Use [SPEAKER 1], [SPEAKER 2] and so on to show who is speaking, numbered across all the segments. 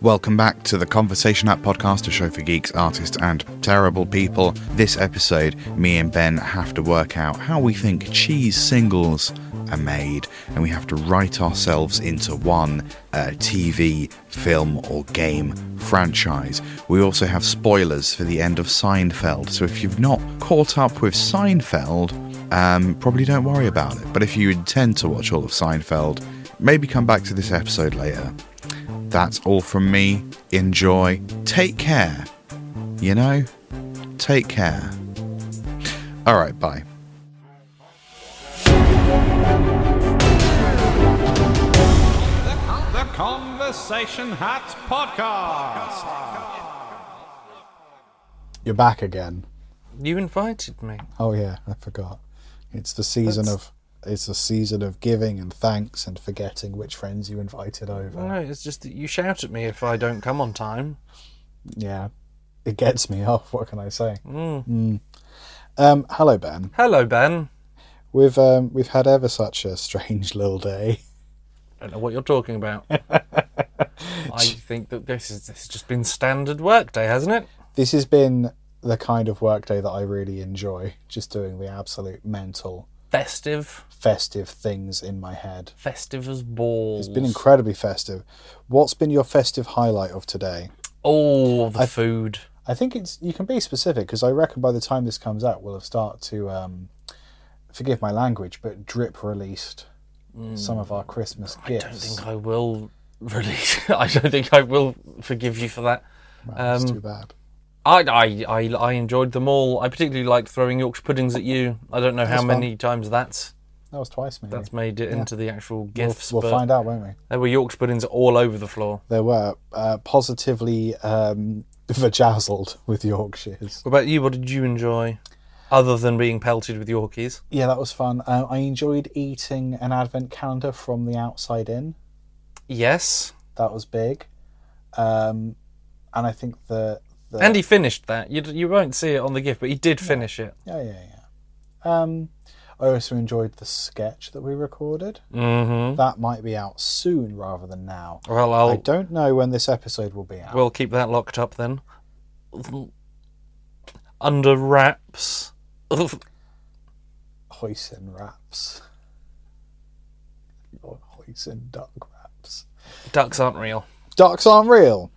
[SPEAKER 1] Welcome back to the Conversation App podcast, a show for geeks, artists, and terrible people. This episode, me and Ben have to work out how we think cheese singles are made, and we have to write ourselves into one uh, TV, film, or game franchise. We also have spoilers for the end of Seinfeld, so if you've not caught up with Seinfeld, um, probably don't worry about it. But if you intend to watch all of Seinfeld, maybe come back to this episode later. That's all from me. Enjoy. Take care. You know? Take care. All right, bye.
[SPEAKER 2] The Conversation Hat Podcast.
[SPEAKER 3] You're back again.
[SPEAKER 4] You invited me.
[SPEAKER 3] Oh yeah, I forgot. It's the season
[SPEAKER 4] That's-
[SPEAKER 3] of it's the season of giving and thanks and forgetting which friends you invited over.
[SPEAKER 4] No, it's just that you shout at me if I don't come on time.
[SPEAKER 3] Yeah. It gets me off, what can I say? Mm. Um, hello Ben.
[SPEAKER 4] Hello, Ben.
[SPEAKER 3] We've um, we've had ever such a strange little day.
[SPEAKER 4] I don't know what you're talking about. I think that this is this has just been standard work day, hasn't it?
[SPEAKER 3] This has been the kind of workday that I really enjoy, just doing the absolute mental
[SPEAKER 4] Festive,
[SPEAKER 3] festive things in my head.
[SPEAKER 4] festive as balls.
[SPEAKER 3] It's been incredibly festive. What's been your festive highlight of today?
[SPEAKER 4] All the food.
[SPEAKER 3] I think it's you can be specific because I reckon by the time this comes out, we'll have start to um, forgive my language, but drip released some of our Christmas gifts.
[SPEAKER 4] Mm. I don't think I will release. I don't think I will forgive you for that.
[SPEAKER 3] That's
[SPEAKER 4] um,
[SPEAKER 3] too bad.
[SPEAKER 4] I, I, I, I enjoyed them all. I particularly liked throwing Yorkshire puddings at you. I don't know how
[SPEAKER 3] fun.
[SPEAKER 4] many times that's
[SPEAKER 3] That was twice, maybe.
[SPEAKER 4] that's made it into the actual
[SPEAKER 3] we'll
[SPEAKER 4] gifts.
[SPEAKER 3] we'll
[SPEAKER 4] but
[SPEAKER 3] find out, won't we?
[SPEAKER 4] There were Yorkshire puddings all over the floor.
[SPEAKER 3] There were uh, positively um, vajazzled with Yorkshires.
[SPEAKER 4] What about you? What did you enjoy other than being pelted with Yorkies?
[SPEAKER 3] Yeah, that was fun. Uh, I enjoyed eating an advent calendar from the outside in.
[SPEAKER 4] Yes.
[SPEAKER 3] That was big, um, and I think the, the
[SPEAKER 4] And he finished that. You, d- you won't see it on the gift, but he did finish it.
[SPEAKER 3] Yeah, yeah, yeah. Um, I also enjoyed the sketch that we recorded.
[SPEAKER 4] Mm-hmm.
[SPEAKER 3] That might be out soon rather than now.
[SPEAKER 4] Well,
[SPEAKER 3] I
[SPEAKER 4] I'll
[SPEAKER 3] don't know when this episode will be out.
[SPEAKER 4] we'll keep that locked up then. Under wraps.
[SPEAKER 3] Hoisin wraps. Or Hoisin duck wraps.
[SPEAKER 4] Ducks aren't real.
[SPEAKER 3] Ducks aren't real.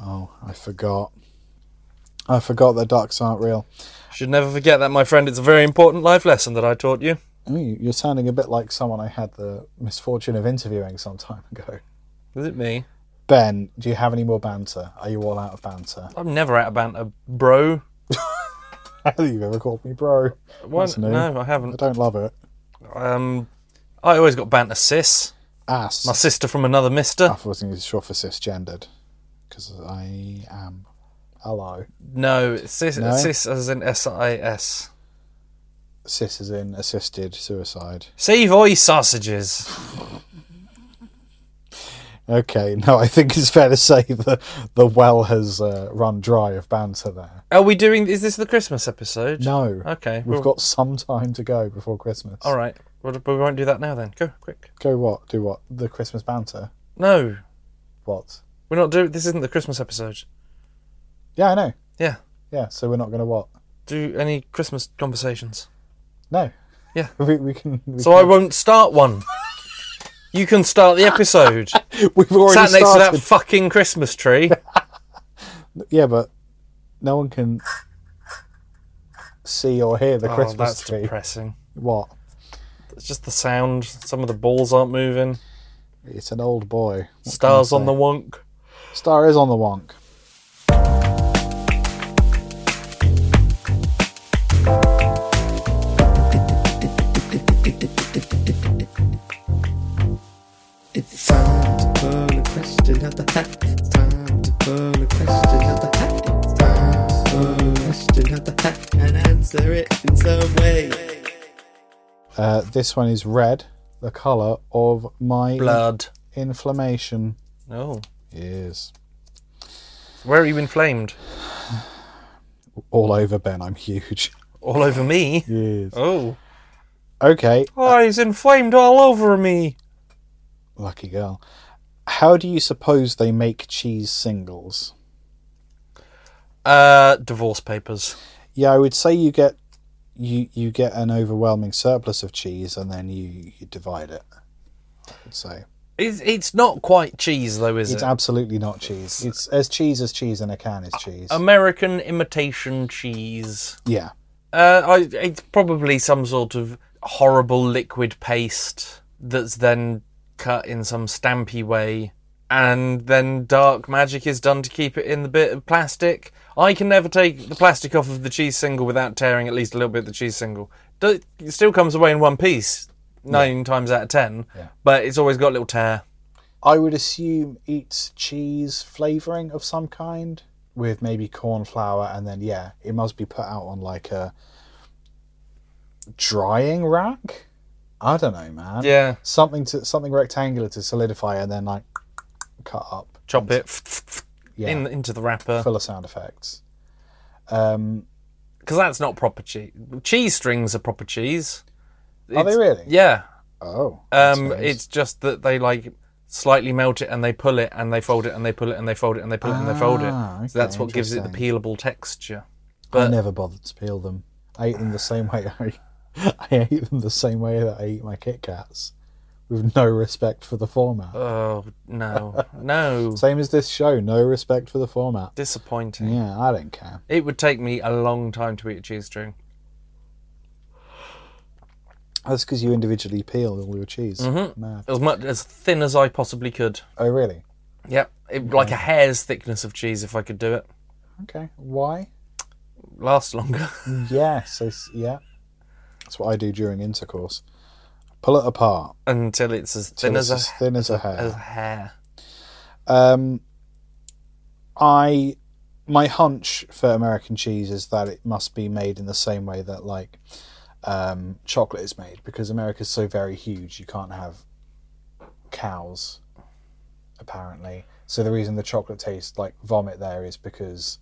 [SPEAKER 3] Oh, I forgot. I forgot that ducks aren't real.
[SPEAKER 4] Should never forget that, my friend. It's a very important life lesson that I taught you.
[SPEAKER 3] Ooh, You're sounding a bit like someone I had the misfortune of interviewing some time ago.
[SPEAKER 4] Is it me?
[SPEAKER 3] Ben, do you have any more banter? Are you all out of banter?
[SPEAKER 4] I'm never out of banter, bro.
[SPEAKER 3] I don't think you've ever called me bro.
[SPEAKER 4] What?
[SPEAKER 3] new.
[SPEAKER 4] No, I
[SPEAKER 3] I
[SPEAKER 4] haven't.
[SPEAKER 3] don't love it.
[SPEAKER 4] Um, I always got banter, sis.
[SPEAKER 3] Ass.
[SPEAKER 4] My sister from another mister.
[SPEAKER 3] I wasn't sure for cisgendered because I am. Hello.
[SPEAKER 4] No, cis,
[SPEAKER 3] No?
[SPEAKER 4] cis as in S I S.
[SPEAKER 3] Cis is in assisted suicide.
[SPEAKER 4] Savoy sausages.
[SPEAKER 3] Okay, no, I think it's fair to say the the well has uh, run dry of banter there.
[SPEAKER 4] Are we doing? Is this the Christmas episode?
[SPEAKER 3] No.
[SPEAKER 4] Okay.
[SPEAKER 3] We've
[SPEAKER 4] well,
[SPEAKER 3] got some time to go before Christmas.
[SPEAKER 4] All right. Well, but we won't do that now. Then go quick.
[SPEAKER 3] Go what? Do what? The Christmas banter?
[SPEAKER 4] No,
[SPEAKER 3] What?
[SPEAKER 4] we're not doing. This isn't the Christmas episode.
[SPEAKER 3] Yeah, I know.
[SPEAKER 4] Yeah.
[SPEAKER 3] Yeah, so we're not going to what?
[SPEAKER 4] Do any Christmas conversations?
[SPEAKER 3] No.
[SPEAKER 4] Yeah.
[SPEAKER 3] We, we can. We
[SPEAKER 4] So I won't start one. You can start the episode.
[SPEAKER 3] can, we've already
[SPEAKER 4] Sat next
[SPEAKER 3] started.
[SPEAKER 4] to that fucking Christmas tree.
[SPEAKER 3] Yeah, but no one can see or hear the
[SPEAKER 4] oh,
[SPEAKER 3] Christmas
[SPEAKER 4] that's
[SPEAKER 3] tree.
[SPEAKER 4] depressing.
[SPEAKER 3] What?
[SPEAKER 4] It's just the sound. Some of the balls aren't moving.
[SPEAKER 3] It's an old boy.
[SPEAKER 4] Stars on the wonk.
[SPEAKER 3] Star is on the wonk.
[SPEAKER 5] It's time to pull a question out the hat. It's time to pull a question out the hat. It's time to pull a question out the hat and answer it in some way.
[SPEAKER 3] Uh, this one is red, the colour of my
[SPEAKER 4] Blood.
[SPEAKER 3] inflammation.
[SPEAKER 4] No.
[SPEAKER 3] Yes.
[SPEAKER 4] Where are you inflamed?
[SPEAKER 3] All over Ben, I'm huge.
[SPEAKER 4] All over me.
[SPEAKER 3] Yes.
[SPEAKER 4] Oh.
[SPEAKER 3] Okay,
[SPEAKER 4] Oh, he's inflamed all over me.
[SPEAKER 3] lucky girl. How do you suppose they make cheese singles?
[SPEAKER 4] Uh, divorce papers.
[SPEAKER 3] Yeah, I would say you get you you get an overwhelming surplus of cheese and then you, you divide it. I would say
[SPEAKER 4] It's, it's not quite cheese though, is
[SPEAKER 3] it's
[SPEAKER 4] it?
[SPEAKER 3] absolutely not cheese. It's as cheese as cheese in a can is cheese.
[SPEAKER 4] Um, American imitation cheese.
[SPEAKER 3] yeah,
[SPEAKER 4] Uh, I, it's probably some sort of horrible liquid paste that's then cut in some stampy way, and then dark magic is done to keep it in the bit of plastic. I can never take the plastic off of the cheese single without tearing at least a little bit of the cheese single. Do- It still comes away in one piece, nine times out of ten, but it's always got a little tear.
[SPEAKER 3] I would assume it's cheese flavoring of some kind with maybe corn flour and then yeah, it must be put out on like a drying rack. I don't know, man.
[SPEAKER 4] Yeah,
[SPEAKER 3] something to something rectangular to solidify and then like cut up
[SPEAKER 4] chop it
[SPEAKER 3] yeah
[SPEAKER 4] in, into the wrapper.
[SPEAKER 3] full of sound effects um
[SPEAKER 4] because that's not proper cheese. Cheese strings are proper cheese.
[SPEAKER 3] are they
[SPEAKER 4] It's-
[SPEAKER 3] really
[SPEAKER 4] Yeah.
[SPEAKER 3] oh that's
[SPEAKER 4] Um,
[SPEAKER 3] nice.
[SPEAKER 4] it's just that they like slightly melt it and they pull it and they fold it and they pull it and they fold it and they pull it and they fold
[SPEAKER 3] Ah,
[SPEAKER 4] it. So that's
[SPEAKER 3] okay,
[SPEAKER 4] what gives it the
[SPEAKER 3] interesting.
[SPEAKER 4] peelable texture.
[SPEAKER 3] i
[SPEAKER 4] But
[SPEAKER 3] never bothered to peel them i ate them the same way i i ate them the same way that i eat my kit kats with no respect for the format
[SPEAKER 4] oh no, no,
[SPEAKER 3] same as this show no respect for the format
[SPEAKER 4] disappointing.
[SPEAKER 3] yeah i don't care
[SPEAKER 4] It would take me a long time to eat a cheese string.
[SPEAKER 3] that's because you individually peeled all your cheese
[SPEAKER 4] Mm-hmm.
[SPEAKER 3] Mad.
[SPEAKER 4] As much as thin as I possibly could.
[SPEAKER 3] oh really
[SPEAKER 4] Yep, it, like a hair's thickness of cheese if I could do it.
[SPEAKER 3] okay why
[SPEAKER 4] Lasts longer.
[SPEAKER 3] yeah so s- yeah that's what i do during intercourse pull it apart
[SPEAKER 4] until it's as
[SPEAKER 3] Till
[SPEAKER 4] thin as
[SPEAKER 3] it's
[SPEAKER 4] a,
[SPEAKER 3] as thin as a
[SPEAKER 4] as
[SPEAKER 3] hair.
[SPEAKER 4] hair.
[SPEAKER 3] Um, I my hunch for American cheese is that it must be made in the same way that like um, chocolate is made because America's so very huge. You can't have cows, apparently. So the reason the chocolate tastes like vomit there is because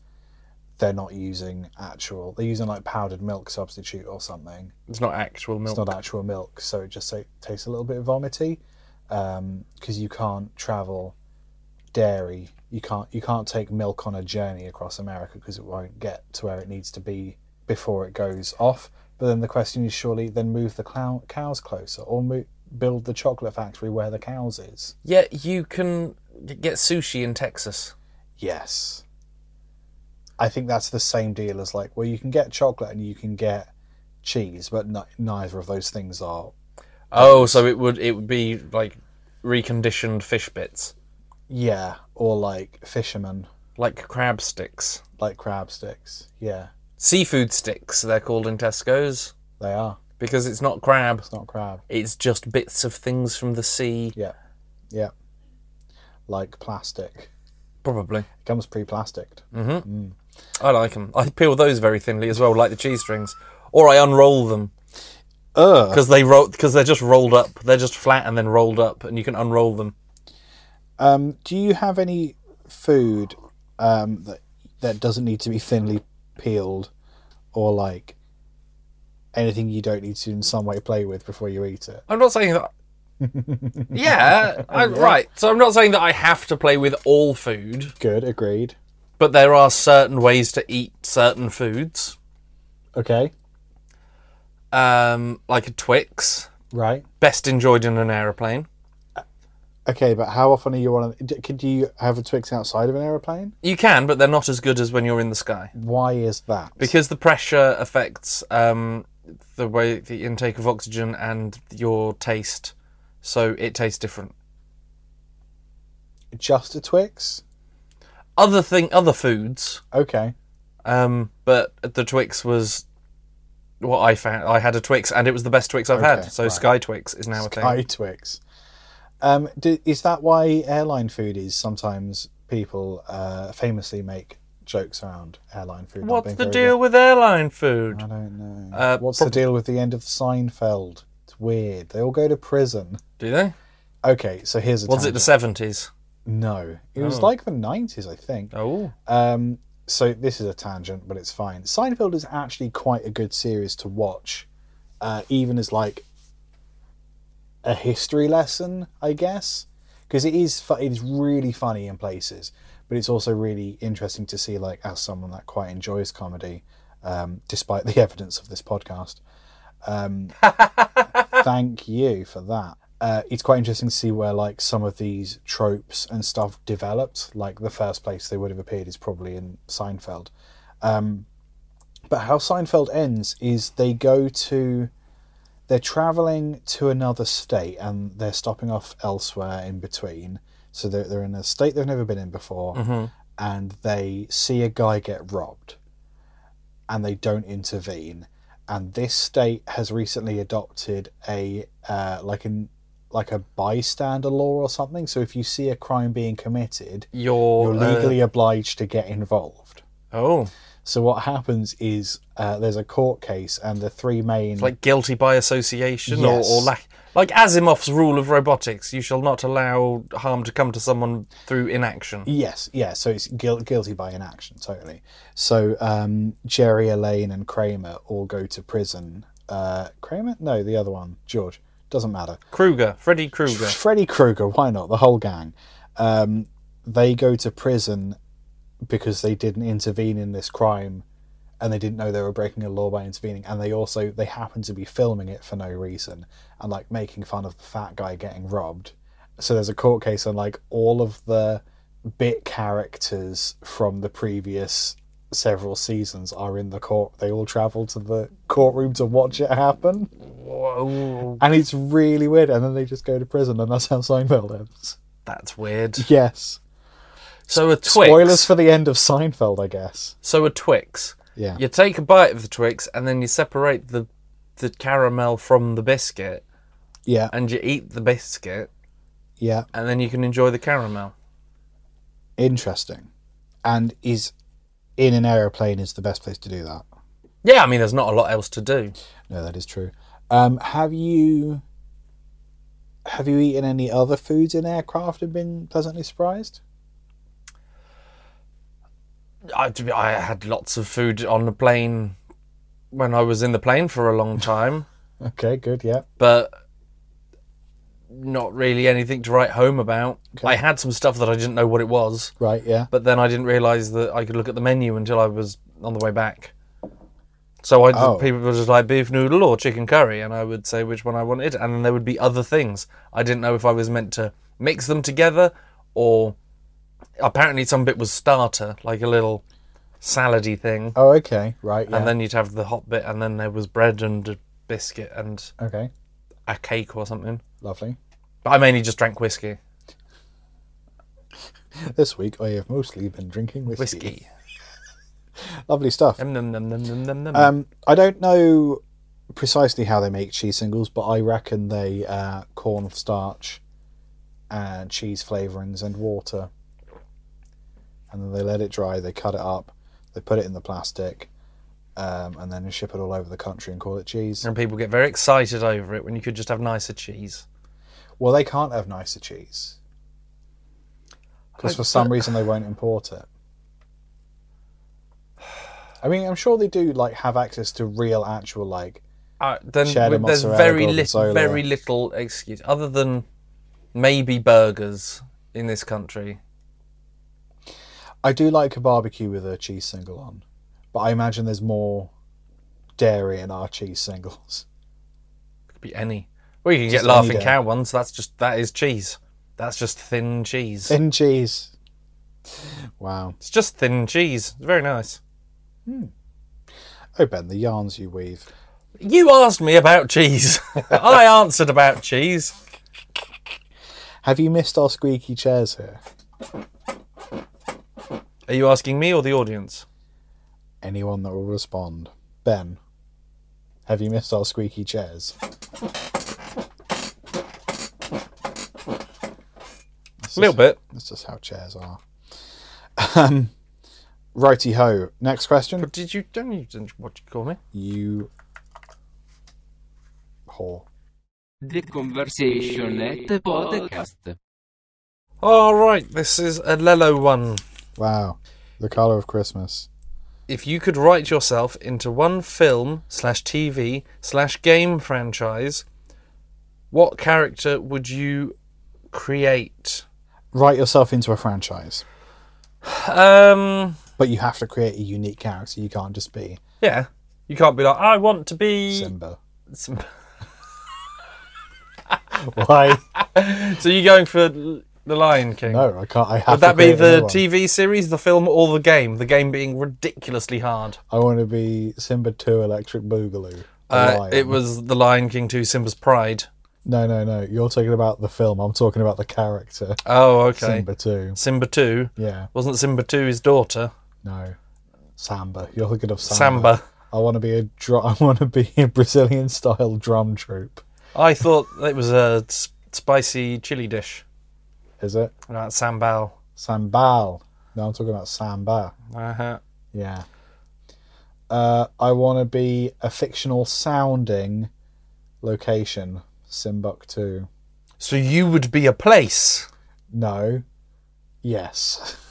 [SPEAKER 3] they're not using actual. They're using like powdered milk substitute or something.
[SPEAKER 4] It's not actual milk.
[SPEAKER 3] It's not actual milk, so it just like, tastes a little bit vomity because you can't travel dairy. You can't you can't take milk on a journey across America because it won't get to where it needs to be before it goes off. But then the question is surely then move the clou- cows closer or mo- build the chocolate factory where the cows is.
[SPEAKER 4] Yeah, you can get sushi in Texas.
[SPEAKER 3] Yes. I think that's the same deal as like well you can get chocolate and you can get cheese, but no, neither of those things are
[SPEAKER 4] Oh, so it would it would be like reconditioned fish bits,
[SPEAKER 3] yeah or like fishermen
[SPEAKER 4] like crab sticks,
[SPEAKER 3] like crab sticks. Yeah,
[SPEAKER 4] seafood sticks. They're called in Tesco's
[SPEAKER 3] they are.
[SPEAKER 4] because it's not crab.
[SPEAKER 3] It's not crab.
[SPEAKER 4] It's just bits of things from the sea,
[SPEAKER 3] Yeah, yeah. Like plastic.
[SPEAKER 4] probably.
[SPEAKER 3] It comes pre-plasticed.
[SPEAKER 4] I like them. I peel those very thinly as well, like the cheese strings, or I unroll them
[SPEAKER 3] Ugh.
[SPEAKER 4] because they roll because they're just rolled up. They're just flat and then rolled up, and you can unroll them.
[SPEAKER 3] Um, do you have any food um, that that doesn't need to be thinly peeled, or like anything you don't need to in some way play with before you eat it?
[SPEAKER 4] I'm not saying that. yeah, I, right. So I'm not saying that I have to play with all food,
[SPEAKER 3] Good. Agreed.
[SPEAKER 4] but there are certain ways to eat certain foods,
[SPEAKER 3] Okay.
[SPEAKER 4] um, like a Twix,
[SPEAKER 3] Right.
[SPEAKER 4] best enjoyed in an aeroplane.
[SPEAKER 3] Okay, but how often are you on? A, d- could you have a Twix outside of an aeroplane?
[SPEAKER 4] You can, but they're not as good as when you're in the sky
[SPEAKER 3] Why is that?
[SPEAKER 4] because the pressure affects um, the way the intake of oxygen and your taste, so it tastes different.
[SPEAKER 3] just a Twix.
[SPEAKER 4] Other thing, other foods.
[SPEAKER 3] Okay.
[SPEAKER 4] Um, but the Twix was what I found. I had a Twix, and it was the best Twix I've
[SPEAKER 3] Okay,
[SPEAKER 4] had. So
[SPEAKER 3] right.
[SPEAKER 4] Sky Twix is now a
[SPEAKER 3] Sky
[SPEAKER 4] thing.
[SPEAKER 3] Twix. Um, do, is that why airline foodies sometimes people uh, famously make jokes around airline food? not
[SPEAKER 4] What's
[SPEAKER 3] being
[SPEAKER 4] the
[SPEAKER 3] very
[SPEAKER 4] deal with airline food?
[SPEAKER 3] good? I don't know.
[SPEAKER 4] Uh,
[SPEAKER 3] What's
[SPEAKER 4] prob-
[SPEAKER 3] the deal with the end of Seinfeld? It's weird. They all go to prison.
[SPEAKER 4] Do they?
[SPEAKER 3] Okay, so here's a.
[SPEAKER 4] Was it Oh. the
[SPEAKER 3] tangent.
[SPEAKER 4] seventies?
[SPEAKER 3] No, it was like the nineties, I think.
[SPEAKER 4] Oh,
[SPEAKER 3] Um, so this is a tangent, but it's fine. Seinfeld is actually quite a good series to watch, uh, even as like a history lesson, I guess, because it is fu- it is really funny in places, but it's also really interesting to see like as someone that quite enjoys comedy, um, despite the evidence of this podcast. Um, thank you for that. Uh, it's quite interesting to see where like some of these tropes and stuff developed. Like the first place they would have appeared is probably in Seinfeld. Um, but how Seinfeld ends is they go to they're traveling to another state and they're stopping off elsewhere in between. So they're, they're in a state they've never been in before and they see a guy get robbed and they don't intervene. And this state has recently adopted a uh, like an like a bystander law or something. So if you see a crime being committed,
[SPEAKER 4] You're,
[SPEAKER 3] you're
[SPEAKER 4] uh,
[SPEAKER 3] legally obliged to get involved.
[SPEAKER 4] oh,
[SPEAKER 3] So what happens is uh, there's a court case, and the three main
[SPEAKER 4] like guilty by association
[SPEAKER 3] Yes.
[SPEAKER 4] or, or lack. Like Asimov's rule of robotics, you shall not allow harm to come to someone through inaction.
[SPEAKER 3] yes, yeah. So it's guil- guilty by inaction, totally. So um, Jerry, Elaine, and Kramer all go to prison. Uh, Kramer? No, the other one, George. Doesn't matter.
[SPEAKER 4] Kruger, Freddy Krueger.
[SPEAKER 3] Freddy Krueger, why not? The whole gang. Um, they go to prison because they didn't intervene in this crime and they didn't know they were breaking a law by intervening and they also they happen to be filming it for no reason and like making fun of the fat guy getting robbed so there's a court case and like all of the bit characters from the previous several seasons are in the court they all travel to the courtroom to watch it happen
[SPEAKER 4] Whoa,
[SPEAKER 3] and it's really weird. And then they just go to prison, and that's how Seinfeld ends.
[SPEAKER 4] that's weird.
[SPEAKER 3] Yes.
[SPEAKER 4] So a Twix.
[SPEAKER 3] E- Spoilers for the end of Seinfeld, I guess.
[SPEAKER 4] So a Twix.
[SPEAKER 3] Yeah.
[SPEAKER 4] You take a bite of the Twix and then you separate the the caramel from the biscuit
[SPEAKER 3] Yeah.
[SPEAKER 4] and you eat the biscuit
[SPEAKER 3] Yeah.
[SPEAKER 4] and then you can enjoy the caramel.
[SPEAKER 3] Interesting. And is in an aeroplane is the best place to do that.
[SPEAKER 4] Yeah, I mean there's not a lot else to do.
[SPEAKER 3] No, that is true. Um, have you have you eaten any other foods in aircraft and been pleasantly surprised?
[SPEAKER 4] I, to be- I had lots of food on the plane when I was in the plane for a long time,
[SPEAKER 3] Okay, good. Yeah.
[SPEAKER 4] but not really anything to write home about. I had some stuff that I didn't know what it was,
[SPEAKER 3] Right. Yeah.
[SPEAKER 4] but then I didn't realise that I could look at the menu until I was on the way back. So I,
[SPEAKER 3] Oh.
[SPEAKER 4] people were just like beef noodle or chicken curry, and I would say which one I wanted, and then there would be other things. I didn't know if I was meant to mix them together, or apparently some bit was starter, like a little salady thing.
[SPEAKER 3] Oh, okay. Right. Yeah.
[SPEAKER 4] and then you'd have the hot bit, and then there was bread and a biscuit and
[SPEAKER 3] okay.
[SPEAKER 4] a cake or something.
[SPEAKER 3] Lovely.
[SPEAKER 4] But I mainly just drank whiskey.
[SPEAKER 3] This week I have mostly been drinking whiskey.
[SPEAKER 4] Whiskey.
[SPEAKER 3] Lovely stuff.
[SPEAKER 4] Nom, nom, nom, nom, nom, nom, nom.
[SPEAKER 3] Um, I don't know precisely how they make cheese singles, but I reckon they uh, cornstarch and cheese flavorings and water, and then they let it dry. They cut it up, they put it in the plastic, um, and then ship it all over the country and call it cheese.
[SPEAKER 4] and people get very excited over it when you could just have nicer cheese.
[SPEAKER 3] Well, they can't have nicer cheese because for some reason they won't import it. I mean, I'm sure they do like have access to real, actual like
[SPEAKER 4] Uh, then
[SPEAKER 3] Cheddar,
[SPEAKER 4] w- there's
[SPEAKER 3] mozzarella,
[SPEAKER 4] very
[SPEAKER 3] gorgonzola.
[SPEAKER 4] little, very little excuse other than maybe burgers in this country.
[SPEAKER 3] I do like a barbecue with a cheese single on, but I imagine there's more dairy in our cheese singles.
[SPEAKER 4] Could be any. Well, you can
[SPEAKER 3] Just
[SPEAKER 4] get laughing
[SPEAKER 3] any day.
[SPEAKER 4] cow ones. That's just that is cheese. That's just thin cheese.
[SPEAKER 3] Thin cheese. Wow.
[SPEAKER 4] It's just thin cheese. It's very nice.
[SPEAKER 3] Oh, Ben, the yarns you weave.
[SPEAKER 4] You asked me about cheese. I answered about cheese.
[SPEAKER 3] Have you missed our squeaky chairs here?
[SPEAKER 4] Are you asking me or the audience?
[SPEAKER 3] Anyone that will respond. Ben, have you missed our squeaky chairs?
[SPEAKER 4] A little bit.
[SPEAKER 3] That's just how chairs are. Um, righty ho. Next question.
[SPEAKER 4] But did you don't you didn't what you call me?
[SPEAKER 3] You whore.
[SPEAKER 6] The Conversation at the Podcast.
[SPEAKER 4] All right, this is a Lello one.
[SPEAKER 3] Wow. The colour of Christmas.
[SPEAKER 4] If you could write yourself into one film slash TV slash game franchise, what character would you create?
[SPEAKER 3] Write yourself into a franchise,
[SPEAKER 4] Um,
[SPEAKER 3] but you have to create a unique character. You can't just be
[SPEAKER 4] yeah, you can't be like, I want to be.
[SPEAKER 3] Simba.
[SPEAKER 4] Sim-
[SPEAKER 3] Why?
[SPEAKER 4] so you're going for the Lion King?
[SPEAKER 3] No, I can't. I have
[SPEAKER 4] Would that
[SPEAKER 3] to
[SPEAKER 4] be
[SPEAKER 3] create a new
[SPEAKER 4] the
[SPEAKER 3] one.
[SPEAKER 4] TV series, the film, or the game? The game being ridiculously hard.
[SPEAKER 3] I want to be Simba Two Electric Boogaloo. the
[SPEAKER 4] Uh,
[SPEAKER 3] lion.
[SPEAKER 4] it was The Lion King 2 Simba's Pride.
[SPEAKER 3] no, no, no. You're talking about the film. I'm talking about the character
[SPEAKER 4] Oh, okay. Simba,
[SPEAKER 3] Simba Two.
[SPEAKER 4] 2.
[SPEAKER 3] Yeah,
[SPEAKER 4] Wasn't Simba 2 his daughter?
[SPEAKER 3] no, Samba. You're thinking of Samba.
[SPEAKER 4] Samba.
[SPEAKER 3] I want to be a dr- I want to be a Brazilian style drum troupe.
[SPEAKER 4] I thought it was a s- spicy chili dish.
[SPEAKER 3] Is it
[SPEAKER 4] Right, sambal.
[SPEAKER 3] sambal? No, I'm talking about samba.
[SPEAKER 4] Uh-huh.
[SPEAKER 3] Yeah. Uh, I want to be a fictional sounding location, Timbuktu.
[SPEAKER 4] So you would be a place.
[SPEAKER 3] No. Yes.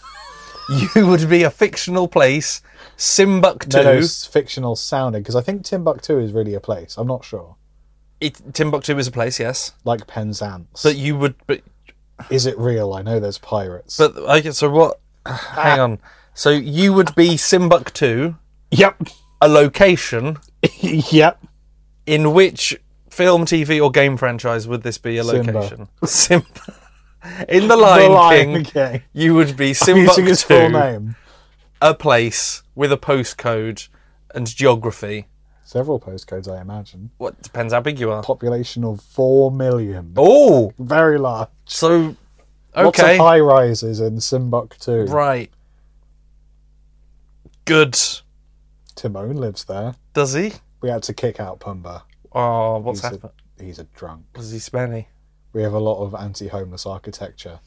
[SPEAKER 4] You would be a fictional place, Timbuktu.
[SPEAKER 3] No, no, it's fictional sounding because I think Timbuktu is really a place. I'm not sure.
[SPEAKER 4] It, Timbuktu is a place, yes.
[SPEAKER 3] Like Penzance.
[SPEAKER 4] But you would, but
[SPEAKER 3] is it real? I know there's pirates.
[SPEAKER 4] But okay, so what? Hang
[SPEAKER 3] Ah.
[SPEAKER 4] on. So you would be Timbuktu,
[SPEAKER 3] yep,
[SPEAKER 4] a location
[SPEAKER 3] yep.
[SPEAKER 4] in which film, TV, or game franchise would this be a
[SPEAKER 3] Simba.
[SPEAKER 4] location? Simba. In the Lion,
[SPEAKER 3] the Lion
[SPEAKER 4] King,
[SPEAKER 3] King.
[SPEAKER 4] you would be
[SPEAKER 3] Using his full
[SPEAKER 4] Timbuktu,
[SPEAKER 3] name.
[SPEAKER 4] a place with a postcode and geography.
[SPEAKER 3] Several postcodes, I imagine.
[SPEAKER 4] What depends how big you are.
[SPEAKER 3] Population of four million.
[SPEAKER 4] Oh,
[SPEAKER 3] Very large.
[SPEAKER 4] so
[SPEAKER 3] Lots of
[SPEAKER 4] okay,
[SPEAKER 3] high rises in Timbuktu.
[SPEAKER 4] right, good.
[SPEAKER 3] Timon lives there.
[SPEAKER 4] Does he?
[SPEAKER 3] We had to kick out Pumba.
[SPEAKER 4] Oh, what's
[SPEAKER 3] He's a-
[SPEAKER 4] happened?
[SPEAKER 3] He's a drunk.
[SPEAKER 4] Was he smelly?
[SPEAKER 3] We have a lot of anti-homeless architecture.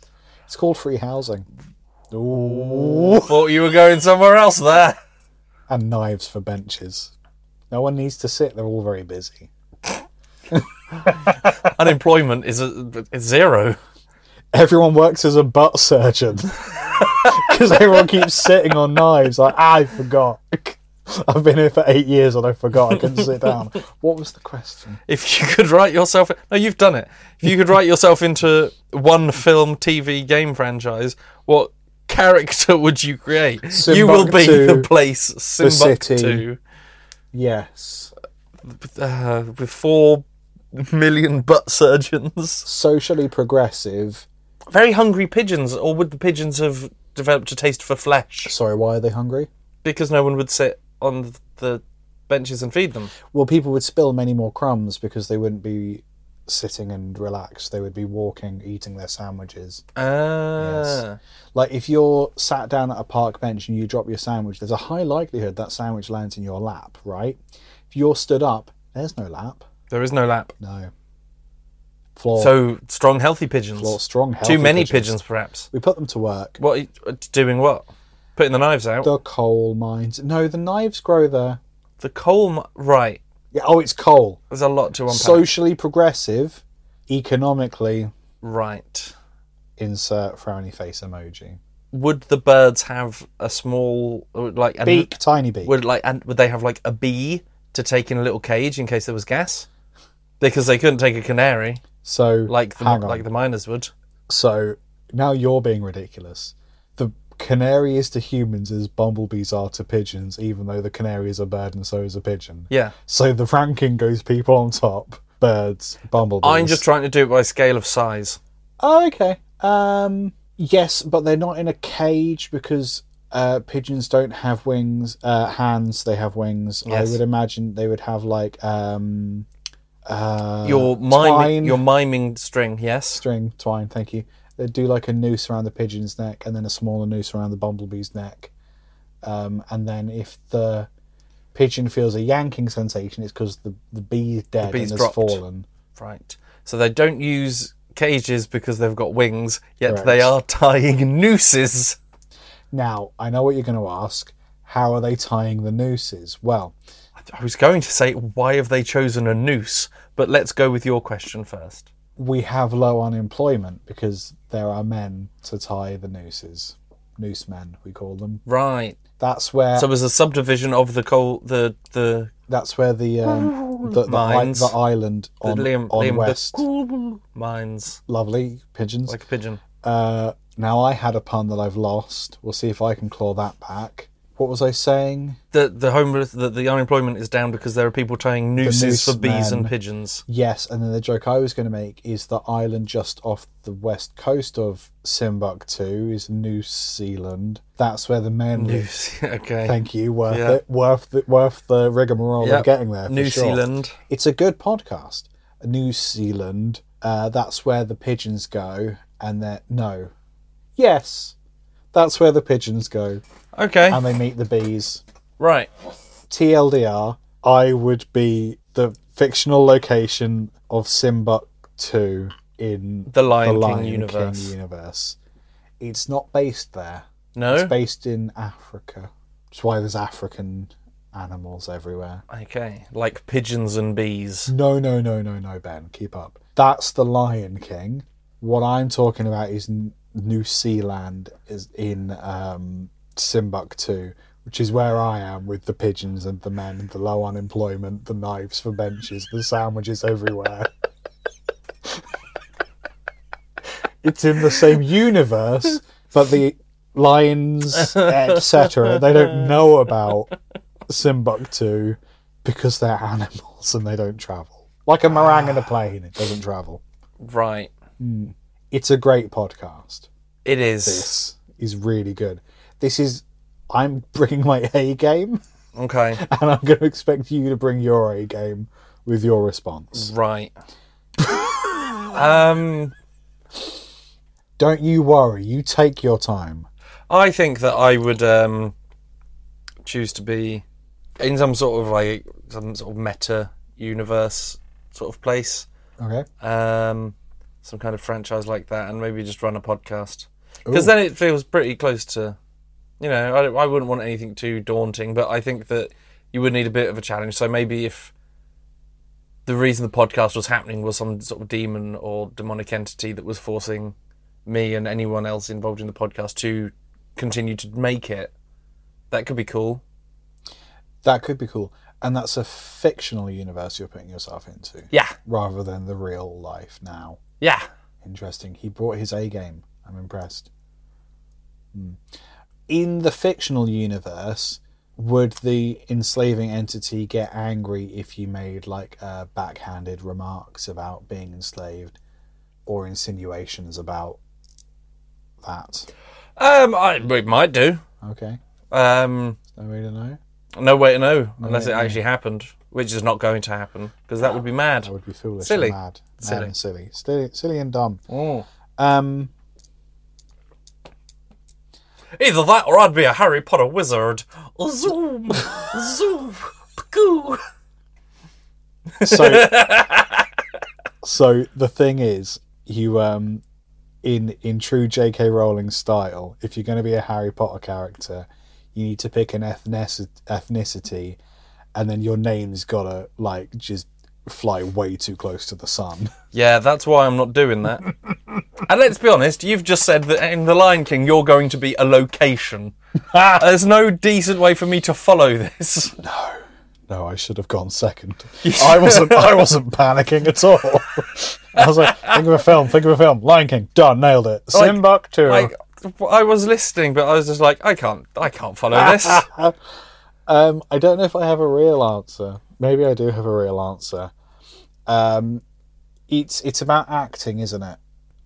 [SPEAKER 3] It's called free housing. Ooh.
[SPEAKER 4] Thought you were going somewhere else there.
[SPEAKER 3] and knives for benches. No one needs to sit. They're all very busy.
[SPEAKER 4] unemployment is a, is zero.
[SPEAKER 3] Everyone works as a butt surgeon because everyone keeps sitting on knives. Like I forgot. I've been here for eight years and I forgot I couldn't sit down. What was the question?
[SPEAKER 4] If you could write yourself, no, you've done it. If you could write yourself into one film, TV, game franchise, what character would you create? you will be
[SPEAKER 3] Timbuktu,
[SPEAKER 4] the place Timbuktu
[SPEAKER 3] city. Yes,
[SPEAKER 4] uh, with four million butt surgeons.
[SPEAKER 3] socially progressive.
[SPEAKER 4] Very hungry pigeons, or would the pigeons have developed a taste for flesh
[SPEAKER 3] Sorry, why are they hungry?
[SPEAKER 4] because no one would sit on the benches and feed them?
[SPEAKER 3] Well, people would spill many more crumbs because they wouldn't be sitting and relaxed. They would be walking, eating their sandwiches.
[SPEAKER 4] Ah,
[SPEAKER 3] Like if you're sat down at a park bench and you drop your sandwich, there's a high likelihood that sandwich lands in your lap, right? If you're stood up, there's no lap.
[SPEAKER 4] there is no lap.
[SPEAKER 3] No. Floor.
[SPEAKER 4] So strong, healthy pigeons.
[SPEAKER 3] floor strong. healthy
[SPEAKER 4] Too many pigeons, perhaps.
[SPEAKER 3] We put them to work.
[SPEAKER 4] What uh, doing? What putting the knives out? The,
[SPEAKER 3] The coal mines. No, the knives grow there.
[SPEAKER 4] coal. mi- Right.
[SPEAKER 3] Yeah. Oh, it's coal.
[SPEAKER 4] There's a lot to unpack.
[SPEAKER 3] Socially progressive, economically.
[SPEAKER 4] right.
[SPEAKER 3] Insert frowny face emoji.
[SPEAKER 4] Would the birds have a small uh, like a
[SPEAKER 3] Beak, tiny beak.
[SPEAKER 4] Would like and would they have like a bee to take in a little cage in case there was gas? Because they couldn't take a canary
[SPEAKER 3] so
[SPEAKER 4] like the,
[SPEAKER 3] hang on.
[SPEAKER 4] like the miners would.
[SPEAKER 3] So now you're being ridiculous. The canary is to humans as bumblebees are to pigeons, even though the canary is a bird and so is a pigeon.
[SPEAKER 4] Yeah.
[SPEAKER 3] So the ranking goes people on top, birds, bumblebees.
[SPEAKER 4] I'm just trying to do it by scale of size.
[SPEAKER 3] Oh, okay. Um, yes, but they're not in a cage because uh, pigeons don't have wings, uh, hands. They have wings.
[SPEAKER 4] Yes.
[SPEAKER 3] I would imagine they would have like um, uh,
[SPEAKER 4] Your miming,
[SPEAKER 3] twine.
[SPEAKER 4] your miming string, yes.
[SPEAKER 3] string twine. Thank you. They do like a noose around the pigeon's neck, and then a smaller noose around the bumblebee's neck. Um, and then if the pigeon feels a yanking sensation, it's because the the bee is dead
[SPEAKER 4] bee's
[SPEAKER 3] and has
[SPEAKER 4] dropped.
[SPEAKER 3] fallen.
[SPEAKER 4] Right. So they don't use cages because they've got wings, yet
[SPEAKER 3] Correct.
[SPEAKER 4] they are tying nooses.
[SPEAKER 3] Now I know what you're going to ask. How are they tying the nooses? Well,
[SPEAKER 4] I was going to say, why have they chosen a noose? But let's go with your question first.
[SPEAKER 3] we have low unemployment because there are men to tie the nooses. Noose men, we call them.
[SPEAKER 4] Right.
[SPEAKER 3] That's where
[SPEAKER 4] So it was a subdivision of the coal, the the
[SPEAKER 3] that's where the um, the, the, i-
[SPEAKER 4] mines.
[SPEAKER 3] the island on,
[SPEAKER 4] Liam,
[SPEAKER 3] on
[SPEAKER 4] Liam
[SPEAKER 3] West.
[SPEAKER 4] The mines.
[SPEAKER 3] Lovely pigeons.
[SPEAKER 4] Like a pigeon.
[SPEAKER 3] Uh, now I had a pun that I've lost. We'll see if I can claw that back. What was I saying?
[SPEAKER 4] The the homeless the, the unemployment is down because there are people tying nooses for bees
[SPEAKER 3] noose
[SPEAKER 4] and
[SPEAKER 3] men.
[SPEAKER 4] pigeons.
[SPEAKER 3] Yes, and then the joke I was going to make is the island just off the west coast of Timbuktu is New Zealand. That's where the men. live.
[SPEAKER 4] Noose. okay.
[SPEAKER 3] Thank you. Worth
[SPEAKER 4] Yeah.
[SPEAKER 3] it. Worth the, worth the rigmarole
[SPEAKER 4] Yep.
[SPEAKER 3] of getting there. For
[SPEAKER 4] New
[SPEAKER 3] sure.
[SPEAKER 4] Zealand.
[SPEAKER 3] It's a good podcast. New Zealand. Uh, that's where the pigeons go, and they're no. Yes, that's where the pigeons go,
[SPEAKER 4] Okay.
[SPEAKER 3] and they meet the bees.
[SPEAKER 4] right.
[SPEAKER 3] TLDR, I would be the fictional location of Timbuktu in
[SPEAKER 4] The Lion King universe.
[SPEAKER 3] universe. It's not based there.
[SPEAKER 4] No.
[SPEAKER 3] It's based in Africa. That's why there's African animals everywhere.
[SPEAKER 4] Okay. Like pigeons and bees.
[SPEAKER 3] No, no, no, no, no, Ben. Keep up. That's the Lion King. What I'm talking about is N- New Zealand is in um, Timbuktu, which is where I am with the pigeons and the men, the low unemployment, the knives for benches, the sandwiches everywhere. it's in the same universe, but the lions, etc., they don't know about Timbuktu because they're animals and they don't travel. Like a meringue in a plane, it doesn't travel.
[SPEAKER 4] Right.
[SPEAKER 3] It's a great podcast.
[SPEAKER 4] It is.
[SPEAKER 3] This is really good. This is. I'm bringing my A game,
[SPEAKER 4] Okay.
[SPEAKER 3] and I'm going to expect you to bring your A game with your response.
[SPEAKER 4] Right. um
[SPEAKER 3] Don't you worry. You take your time.
[SPEAKER 4] I think that I would um, choose to be in some sort of like some sort of meta universe sort of place,
[SPEAKER 3] Okay.
[SPEAKER 4] um, some kind of franchise like that, and maybe just run a podcast because then it feels pretty close to, you know, I, don't- I wouldn't want anything too daunting, but I think that you would need a bit of a challenge. So maybe if the reason the podcast was happening was some sort of demon or demonic entity that was forcing me and anyone else involved in the podcast to continue to make it. That could be cool.
[SPEAKER 3] That could be cool. And that's a fictional universe you're putting yourself into,
[SPEAKER 4] Yeah,
[SPEAKER 3] rather than the real life now.
[SPEAKER 4] yeah.
[SPEAKER 3] Interesting. He brought his A game. I'm impressed. Hmm. In the fictional universe, would the enslaving entity get angry if you made like uh, backhanded remarks about being enslaved or insinuations about that?
[SPEAKER 4] Um, I it might do.
[SPEAKER 3] Okay.
[SPEAKER 4] Um,
[SPEAKER 3] No way to know.
[SPEAKER 4] no way to know unless it
[SPEAKER 3] yeah, yeah.
[SPEAKER 4] actually happened, which is not going to happen because that would be mad.
[SPEAKER 3] That would be foolish.
[SPEAKER 4] Silly.
[SPEAKER 3] And mad. Mad
[SPEAKER 4] Silly.
[SPEAKER 3] and silly. Silly, silly and dumb.
[SPEAKER 4] Mm.
[SPEAKER 3] Um,
[SPEAKER 4] Either that or I'd be a Harry Potter wizard. Zoom, zoom, pgoo.
[SPEAKER 3] so so the thing is you um in in true jk rowling style if you're going to be a harry potter character you need to pick an ethnic- ethnicity and then your name's gotta like just fly way too close to the sun
[SPEAKER 4] Yeah, that's why I'm not doing that. and let's be honest, you've just said that in The Lion King you're going to be a location. There's no decent way for me to follow this.
[SPEAKER 3] no i should have gone second i wasn't i wasn't panicking at all i was like think of a film think of a film lion king done nailed it
[SPEAKER 4] Like-
[SPEAKER 3] timbuktu
[SPEAKER 4] like I was listening, but I was just like, I can't, I can't follow this.
[SPEAKER 3] Um, I don't know if I have a real answer. Maybe I do have a real answer. Um, it's it's about acting, isn't it?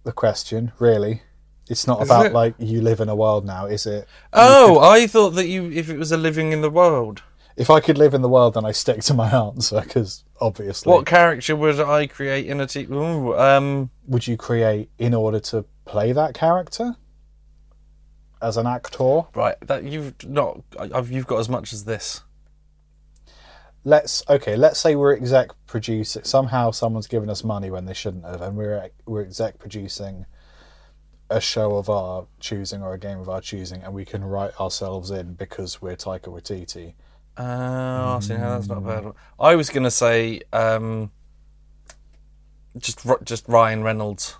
[SPEAKER 3] The question, really. It's not about
[SPEAKER 4] it?
[SPEAKER 3] like you live in a world now, is it?
[SPEAKER 4] oh, I thought that you, if it was a living in the world,
[SPEAKER 3] If I could live in the world, then I stick to my answer because obviously,
[SPEAKER 4] what character would I create in a TV? Ooh, um,
[SPEAKER 3] would you create in order to play that character as an actor?
[SPEAKER 4] right, that you've not, I- I've, you've got as much as this.
[SPEAKER 3] let's okay let's say we're exec producing somehow someone's given us money when they shouldn't have and we're we're exec producing a show of our choosing or a game of our choosing and we can write ourselves in because we're Taika Waititi
[SPEAKER 4] Oh, I see. No, that's not a bad. one. I was gonna say, um, just Ry- just Ryan Reynolds,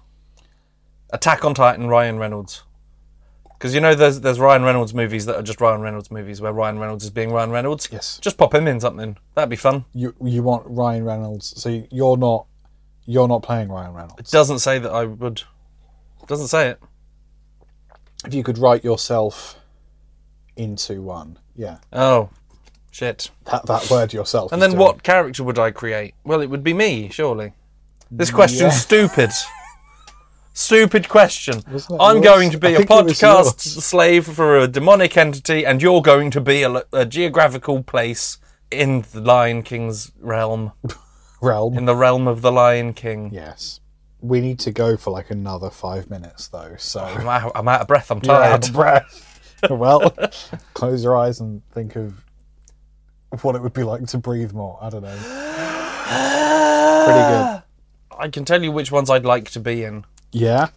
[SPEAKER 4] Attack on Titan, Ryan Reynolds. Because you know, there's there's Ryan Reynolds movies that are just Ryan Reynolds movies where Ryan Reynolds is being Ryan Reynolds.
[SPEAKER 3] Yes.
[SPEAKER 4] Just pop him in something. That'd be fun.
[SPEAKER 3] You you want Ryan Reynolds, so you're not you're not playing Ryan Reynolds.
[SPEAKER 4] Doesn't say that I would. Doesn't say it.
[SPEAKER 3] If you could write yourself into one, yeah,
[SPEAKER 4] Oh, shit.
[SPEAKER 3] that that word yourself.
[SPEAKER 4] And
[SPEAKER 3] is
[SPEAKER 4] then
[SPEAKER 3] doing-
[SPEAKER 4] what character would I create? Well, it would be me, surely. This question's
[SPEAKER 3] Yeah.
[SPEAKER 4] stupid. stupid question.
[SPEAKER 3] Wasn't it
[SPEAKER 4] I'm
[SPEAKER 3] yours?
[SPEAKER 4] going to be
[SPEAKER 3] I
[SPEAKER 4] a
[SPEAKER 3] think it was
[SPEAKER 4] podcast
[SPEAKER 3] yours.
[SPEAKER 4] slave for a demonic entity, and you're going to be a, lo- a geographical place in the Lion King's realm,
[SPEAKER 3] realm?
[SPEAKER 4] in the realm of the Lion King.
[SPEAKER 3] yes, we need to go for like another five minutes though. So
[SPEAKER 4] I'm, out, I'm out of breath. I'm
[SPEAKER 3] You're
[SPEAKER 4] tired.
[SPEAKER 3] out of breath. well, close your eyes and think of what it would be like to breathe more. I don't know. Pretty good.
[SPEAKER 4] I can tell you which ones I'd like to be in.
[SPEAKER 3] Yeah.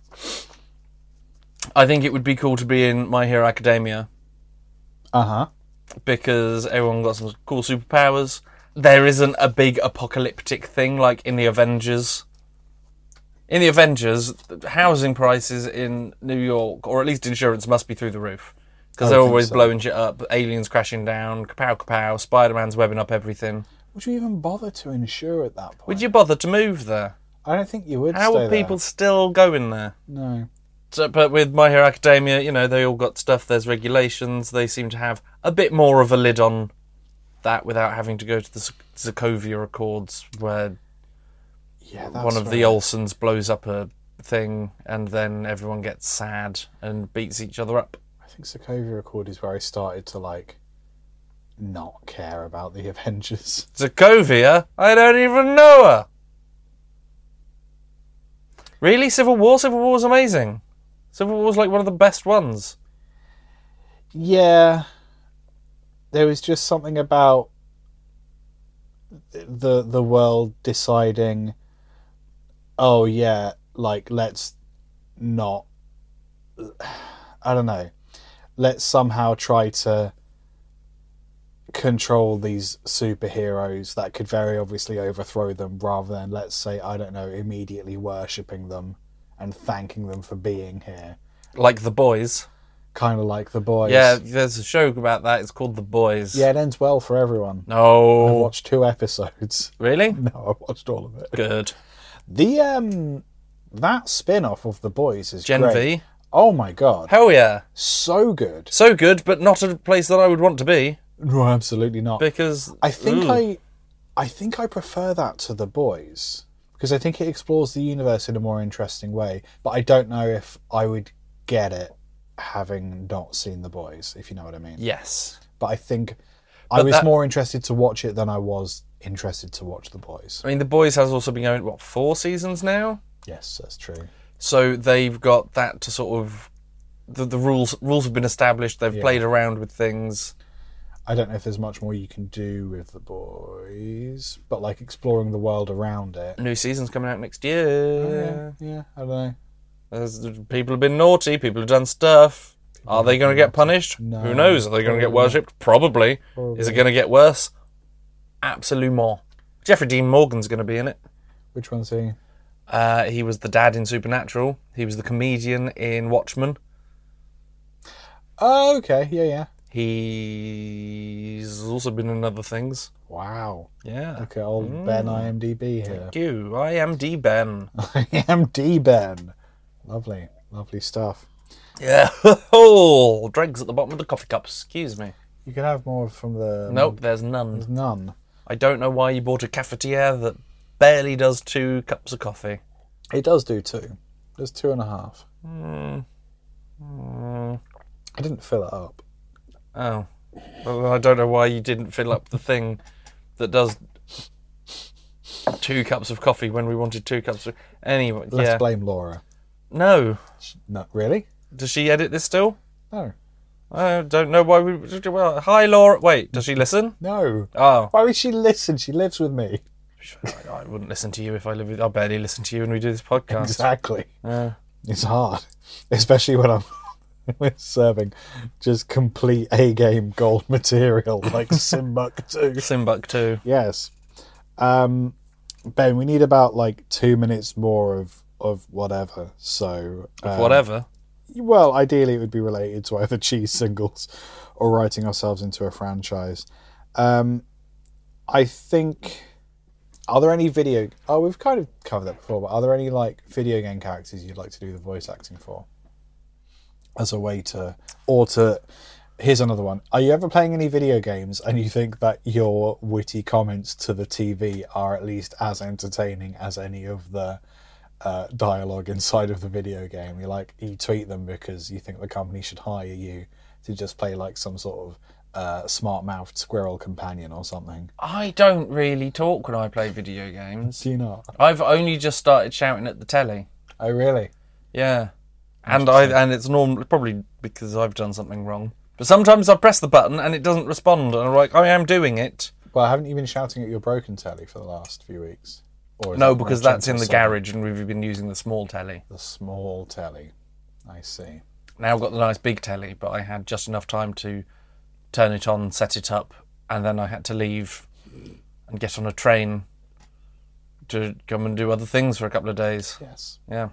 [SPEAKER 4] I think it would be cool to be in My Hero Academia.
[SPEAKER 3] Uh huh.
[SPEAKER 4] because everyone got some cool superpowers. There isn't a big apocalyptic thing like in the Avengers. In the Avengers, the housing prices in New York, or at least insurance, must be through the roof because
[SPEAKER 3] I
[SPEAKER 4] they're
[SPEAKER 3] would think
[SPEAKER 4] always
[SPEAKER 3] so.
[SPEAKER 4] blowing shit up, aliens crashing down, kapow kapow, Spider Man's webbing up everything.
[SPEAKER 3] Would you even bother to insure at that point?
[SPEAKER 4] Would you bother to move there?
[SPEAKER 3] I don't think you would.
[SPEAKER 4] How
[SPEAKER 3] stay
[SPEAKER 4] are people still going there?
[SPEAKER 3] There. No.
[SPEAKER 4] So, but with My Hero Academia, you know, they all got stuff. There's regulations. They seem to have a bit more of a lid on that without having to go to the Z- Sokovia Accords, where
[SPEAKER 3] Yeah. That's
[SPEAKER 4] one of the
[SPEAKER 3] right.
[SPEAKER 4] Olsons blows up a thing, and then everyone gets sad and beats each other up.
[SPEAKER 3] I think Sokovia Accord is where I started to like not care about the Avengers.
[SPEAKER 4] Sokovia? I don't even know her. Really, Civil War? Civil War was amazing. Civil War was like one of the best ones.
[SPEAKER 3] Yeah. There was just something about the the world deciding oh yeah, like let's not I don't know. Let's somehow try to control these superheroes that could very obviously overthrow them rather than let's say I don't know immediately worshipping them and thanking them for being here.
[SPEAKER 4] Like The Boys.
[SPEAKER 3] Kind of like the boys.
[SPEAKER 4] Yeah, there's a show about that. It's called The Boys.
[SPEAKER 3] Yeah, it ends well for everyone. I
[SPEAKER 4] No.
[SPEAKER 3] watched two episodes.
[SPEAKER 4] Really?
[SPEAKER 3] No, I watched all of it.
[SPEAKER 4] Good.
[SPEAKER 3] The um that spin-off of The Boys is
[SPEAKER 4] Gen
[SPEAKER 3] great.
[SPEAKER 4] V.
[SPEAKER 3] Oh my god.
[SPEAKER 4] Hell yeah.
[SPEAKER 3] So good.
[SPEAKER 4] So good, but not a place that I would want to be
[SPEAKER 3] No, absolutely not.
[SPEAKER 4] because
[SPEAKER 3] I think
[SPEAKER 4] Ooh.
[SPEAKER 3] I I think I prefer that to The Boys because I think it explores the universe in a more interesting way, but I don't know if I would get it having not seen The Boys, if you know what I mean.
[SPEAKER 4] Yes.
[SPEAKER 3] But I think I was
[SPEAKER 4] that-
[SPEAKER 3] more interested to watch it than I was interested to watch The Boys.
[SPEAKER 4] I mean, The Boys has also been going what four seasons now,
[SPEAKER 3] Yes, that's true.
[SPEAKER 4] so they've got that to sort of the, the rules rules have been established. They've played around with things.
[SPEAKER 3] I don't know if there's much more you can do with the boys, but like exploring the world around it.
[SPEAKER 4] New season's coming out next year.
[SPEAKER 3] Oh, yeah, I don't know.
[SPEAKER 4] There's- People have been naughty. People have done stuff. Are they going to get punished?
[SPEAKER 3] No.
[SPEAKER 4] Who knows? Are they going to get
[SPEAKER 3] Probably not.
[SPEAKER 4] worshipped? Probably. Is it going to get worse? Absolutely more. Jeffrey Dean Morgan's going to be in it.
[SPEAKER 3] Which one's he?
[SPEAKER 4] Uh, he was the dad in Supernatural. He was the comedian in Watchmen.
[SPEAKER 3] Oh, okay, yeah, yeah.
[SPEAKER 4] He's also been in other things.
[SPEAKER 3] Wow.
[SPEAKER 4] Yeah. Mm.
[SPEAKER 3] Okay, old Ben IMDb here.
[SPEAKER 4] Thank you. I am D Ben.
[SPEAKER 3] IMD Ben. Lovely, lovely stuff.
[SPEAKER 4] yeah. oh, dregs at the bottom of the coffee cup. Excuse me.
[SPEAKER 3] You can have more from the.
[SPEAKER 4] Nope, there's none.
[SPEAKER 3] None.
[SPEAKER 4] I don't know why you bought a cafetiere that barely does two cups of coffee.
[SPEAKER 3] It does do two. There's two and a half.
[SPEAKER 4] Mm.
[SPEAKER 3] I didn't fill it up.
[SPEAKER 4] Oh. Well, I don't know why you didn't fill up the thing that does two cups of coffee when we wanted two cups of. Anyway,
[SPEAKER 3] Let's
[SPEAKER 4] yeah.
[SPEAKER 3] blame Laura.
[SPEAKER 4] No.
[SPEAKER 3] No, really?
[SPEAKER 4] Does she edit this still?
[SPEAKER 3] No.
[SPEAKER 4] I don't know why we. Well, hi, Laura. Wait, does she listen?
[SPEAKER 3] No.
[SPEAKER 4] Oh,
[SPEAKER 3] Why would she listen? She lives with me.
[SPEAKER 4] I, I wouldn't listen to you if I live. With, I barely listen to you when we do this podcast.
[SPEAKER 3] Exactly.
[SPEAKER 4] Yeah.
[SPEAKER 3] It's hard, especially when I'm when serving just complete A game gold material like Timbuktu.
[SPEAKER 4] Timbuktu.
[SPEAKER 3] Yes. Um, ben, we need about like two minutes more of of whatever. So um,
[SPEAKER 4] Whatever.
[SPEAKER 3] well, ideally it would be related to either cheese singles or writing ourselves into a franchise. Um, I think. Are there any video? Oh, we've kind of covered that before, but are there any like video game characters you'd like to do the voice acting for? As a way to, or to, here's another one. Are you ever playing any video games and you think that your witty comments to the TV are at least as entertaining as any of the uh, dialogue inside of the video game. You like you tweet them because you think the company should hire you to just play like some sort of uh, smart mouthed squirrel companion or something.
[SPEAKER 4] I don't really talk when I play video games.
[SPEAKER 3] Do you not?
[SPEAKER 4] I've only just started shouting at the telly.
[SPEAKER 3] Oh really?
[SPEAKER 4] Yeah. And I and it's normal probably because I've done something wrong. But sometimes I press the button and it doesn't respond and I'm like, I am doing it.
[SPEAKER 3] Well, haven't you been shouting at your broken telly for the last few weeks? Or is
[SPEAKER 4] No,
[SPEAKER 3] that more
[SPEAKER 4] because that's in
[SPEAKER 3] gentle
[SPEAKER 4] the
[SPEAKER 3] song?
[SPEAKER 4] garage and we've been using the small telly.
[SPEAKER 3] The small telly. I see.
[SPEAKER 4] Now I've got the nice big telly, but I had just enough time to turn it on, set it up, and then I had to leave and get on a train to come and do other things for a couple of days.
[SPEAKER 3] Yes.
[SPEAKER 4] Yeah.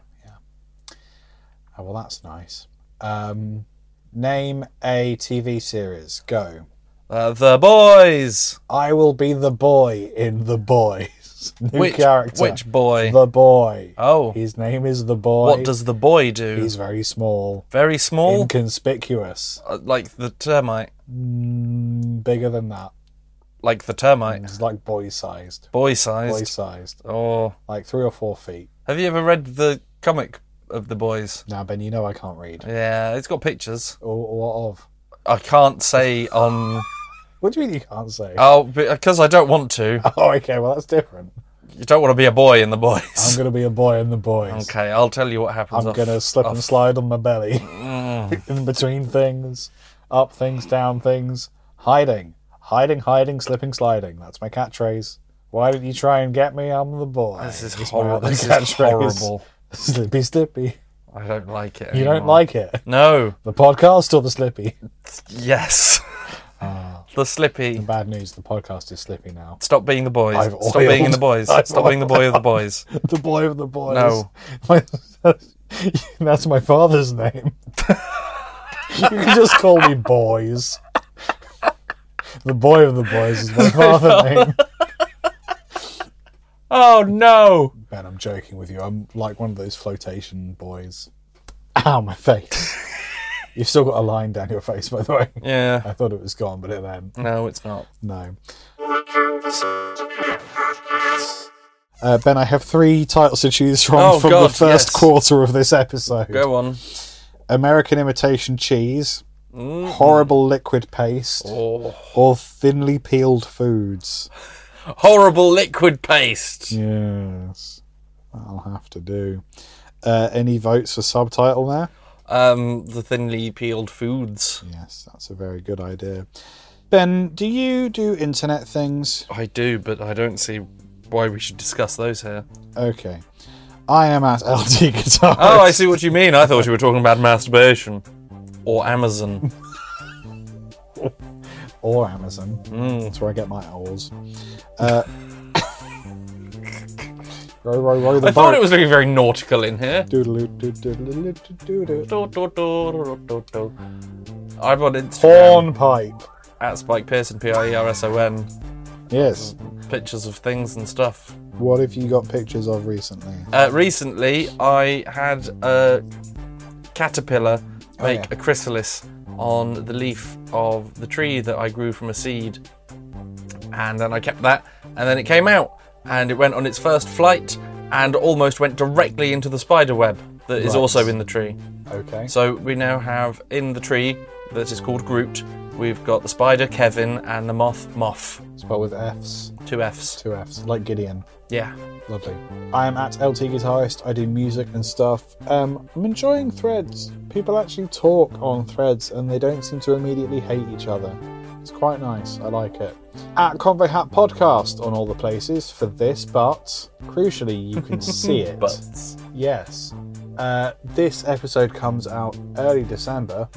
[SPEAKER 3] Oh, well, that's nice. Um, name a TV series. Go.
[SPEAKER 4] Uh, the boys.
[SPEAKER 3] I will be the boy in The Boys. New
[SPEAKER 4] Which-
[SPEAKER 3] character.
[SPEAKER 4] which boy?
[SPEAKER 3] The boy.
[SPEAKER 4] Oh.
[SPEAKER 3] His name is The Boy.
[SPEAKER 4] What does the boy do?
[SPEAKER 3] He's very small,
[SPEAKER 4] very small,
[SPEAKER 3] inconspicuous,
[SPEAKER 4] uh, like the termite,
[SPEAKER 3] mm, bigger than that.
[SPEAKER 4] like the termite,
[SPEAKER 3] He's like boy sized.
[SPEAKER 4] boy
[SPEAKER 3] Mm. Boy
[SPEAKER 4] sized.
[SPEAKER 3] sized.
[SPEAKER 4] Oh,
[SPEAKER 3] Like three or four feet.
[SPEAKER 4] have you ever read the comic of the boys?
[SPEAKER 3] Now, Ben, you know I can't read.
[SPEAKER 4] Yeah, it's got pictures.
[SPEAKER 3] Or, or what of?
[SPEAKER 4] I can't say on
[SPEAKER 3] What do you mean you can't say?
[SPEAKER 4] oh because I don't want to.
[SPEAKER 3] oh, okay. Well, that's different.
[SPEAKER 4] You don't want to be a boy in the
[SPEAKER 3] I'm
[SPEAKER 4] boys.
[SPEAKER 3] going to be a boy in The Boys.
[SPEAKER 4] Okay, I'll tell you what happens.
[SPEAKER 3] I'm
[SPEAKER 4] off-
[SPEAKER 3] going to slip
[SPEAKER 4] off- Mm.
[SPEAKER 3] and slide on my belly in between things, up things, down things, hiding, hiding, hiding, slipping, sliding. That's my catchphrase. Why did you try and get me? I'm the boy.
[SPEAKER 4] This is
[SPEAKER 3] It's my
[SPEAKER 4] horrible.
[SPEAKER 3] other
[SPEAKER 4] This is
[SPEAKER 3] catchphrase.
[SPEAKER 4] horrible.
[SPEAKER 3] Slippy, slippy.
[SPEAKER 4] I don't like it.
[SPEAKER 3] You don't
[SPEAKER 4] anymore.
[SPEAKER 3] like it?
[SPEAKER 4] No.
[SPEAKER 3] The podcast or the slippy?
[SPEAKER 4] Yes. the slippy.
[SPEAKER 3] Bad news. Ah. The podcast is slippy now.
[SPEAKER 4] Stop being the boys.
[SPEAKER 3] I've
[SPEAKER 4] Stop being in
[SPEAKER 3] oiled-
[SPEAKER 4] the boys.
[SPEAKER 3] I've
[SPEAKER 4] Stop being the boy of the boys.
[SPEAKER 3] The boy of the boys.
[SPEAKER 4] No.
[SPEAKER 3] My- that's my father's name. you can just call me boys. The boy of the boys is my father name.
[SPEAKER 4] Oh no!
[SPEAKER 3] Ben, I'm joking with you. I'm like one of those flotation boys. Ow, my face. You've still got a line down your face, by the way.
[SPEAKER 4] Yeah.
[SPEAKER 3] I thought it was gone, but it then
[SPEAKER 4] No, it's not.
[SPEAKER 3] no. Uh, ben, I have three titles to choose from
[SPEAKER 4] Oh,
[SPEAKER 3] from
[SPEAKER 4] God,
[SPEAKER 3] the first
[SPEAKER 4] yes.
[SPEAKER 3] quarter of this episode:
[SPEAKER 4] Go on.
[SPEAKER 3] American imitation cheese,
[SPEAKER 4] Mm-hmm.
[SPEAKER 3] horrible liquid paste,
[SPEAKER 4] Oh.
[SPEAKER 3] or thinly peeled foods.
[SPEAKER 4] Horrible liquid paste.
[SPEAKER 3] Yes, that'll have to do. Uh, any votes for subtitle there?
[SPEAKER 4] Um, the thinly peeled foods.
[SPEAKER 3] Yes, that's a very good idea. Ben, do you do internet things?
[SPEAKER 4] I do, but I don't see why we should discuss those here.
[SPEAKER 3] Okay. I am at LT Guitar.
[SPEAKER 4] Oh, I see what you mean. I thought you were talking about masturbation or Amazon.
[SPEAKER 3] Or Amazon.
[SPEAKER 4] Mm.
[SPEAKER 3] That's where I get my owls. Uh, row, row, row the
[SPEAKER 4] I thought
[SPEAKER 3] boat.
[SPEAKER 4] it was looking very nautical in here.
[SPEAKER 3] Doodaloo, doodaloo, doodaloo.
[SPEAKER 4] Do, do, do, do, do, do. I'm on Instagram
[SPEAKER 3] Horn pipe.
[SPEAKER 4] at Spike Pearson, P I E R S O N.
[SPEAKER 3] Yes.
[SPEAKER 4] Pictures of things and stuff.
[SPEAKER 3] What have you got pictures of recently?
[SPEAKER 4] Uh, recently, I had a caterpillar make
[SPEAKER 3] Oh, yeah.
[SPEAKER 4] a chrysalis on the leaf of the tree that I grew from a seed. And then I kept that, and then it came out, and it went on its first flight and almost went directly into the spider web that is
[SPEAKER 3] Right.
[SPEAKER 4] also in the tree.
[SPEAKER 3] Okay.
[SPEAKER 4] So we now have in the tree that is called Groot, we've got the spider Kevin and the moth Moth.
[SPEAKER 3] Spelled with Fs.
[SPEAKER 4] Two Fs.
[SPEAKER 3] Two Fs. Like Gideon.
[SPEAKER 4] Yeah.
[SPEAKER 3] Lovely. I am at LT Guitarist. I do music and stuff. Um, I'm enjoying threads. People actually talk on threads and they don't seem to immediately hate each other. It's quite nice. I like it. At Convo Hat Podcast on all the places for this, but crucially, you can see it.
[SPEAKER 4] But
[SPEAKER 3] Yes. Uh, this episode comes out early December.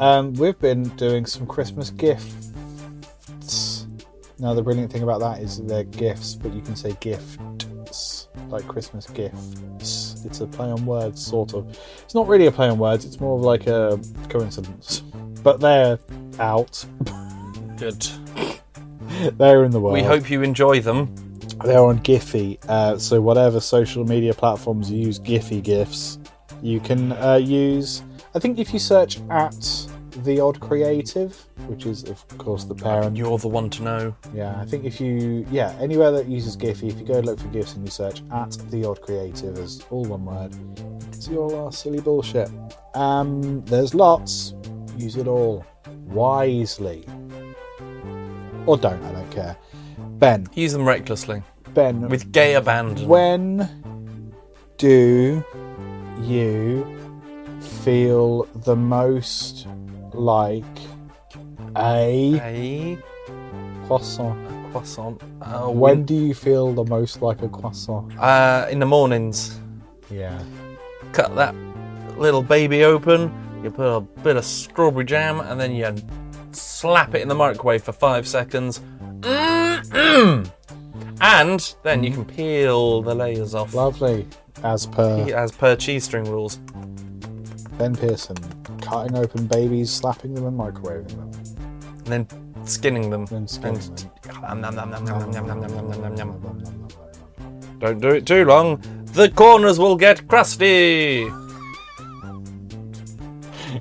[SPEAKER 3] Um, we've been doing some Christmas gifts. Now, the brilliant thing about that is that they're gifts, but you can say gifts, like Christmas gifts it's a play on words, sort of. It's not really a play on words. It's more of like a coincidence. But they're out.
[SPEAKER 4] Good.
[SPEAKER 3] they're in the world.
[SPEAKER 4] We hope you enjoy them.
[SPEAKER 3] They're on Giphy, uh, so whatever social media platforms you use Giphy GIFs, you can uh, use. I think if you search at the Odd Creative, which is of course the parent.
[SPEAKER 4] You're the one to know.
[SPEAKER 3] Yeah, I think if you yeah anywhere that uses Giphy, if you go look for GIFs and you search at the Odd Creative as all one word, it's your last silly bullshit. Um, there's lots. Use it all wisely, or don't. I don't care. Ben,
[SPEAKER 4] Use them recklessly
[SPEAKER 3] Ben,
[SPEAKER 4] with gay abandon.
[SPEAKER 3] when do you feel the most like a
[SPEAKER 4] a
[SPEAKER 3] croissant?
[SPEAKER 4] croissant. Uh,
[SPEAKER 3] When do you feel the most like a croissant?
[SPEAKER 4] Uh, in the mornings,
[SPEAKER 3] Yeah.
[SPEAKER 4] cut that little baby open. You put a bit of strawberry jam, and then you slap it in the microwave for five seconds. Mm-mm. And then you can peel the layers off,
[SPEAKER 3] Lovely. As per
[SPEAKER 4] as per cheese string rules.
[SPEAKER 3] Ben Pearson, cutting open babies, slapping them, and microwaving them.
[SPEAKER 4] and then skinning them.
[SPEAKER 3] Then skinning
[SPEAKER 4] And- Nom, nom, nom, nom, nom, nom, nom, nom, nom, nom, nom, nom. Don't do it too long. The corners will get crusty.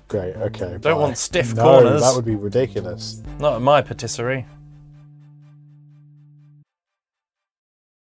[SPEAKER 3] Great. Okay.
[SPEAKER 4] Don't
[SPEAKER 3] bye.
[SPEAKER 4] want stiff
[SPEAKER 3] no,
[SPEAKER 4] corners.
[SPEAKER 3] That would be ridiculous.
[SPEAKER 4] Not in my patisserie.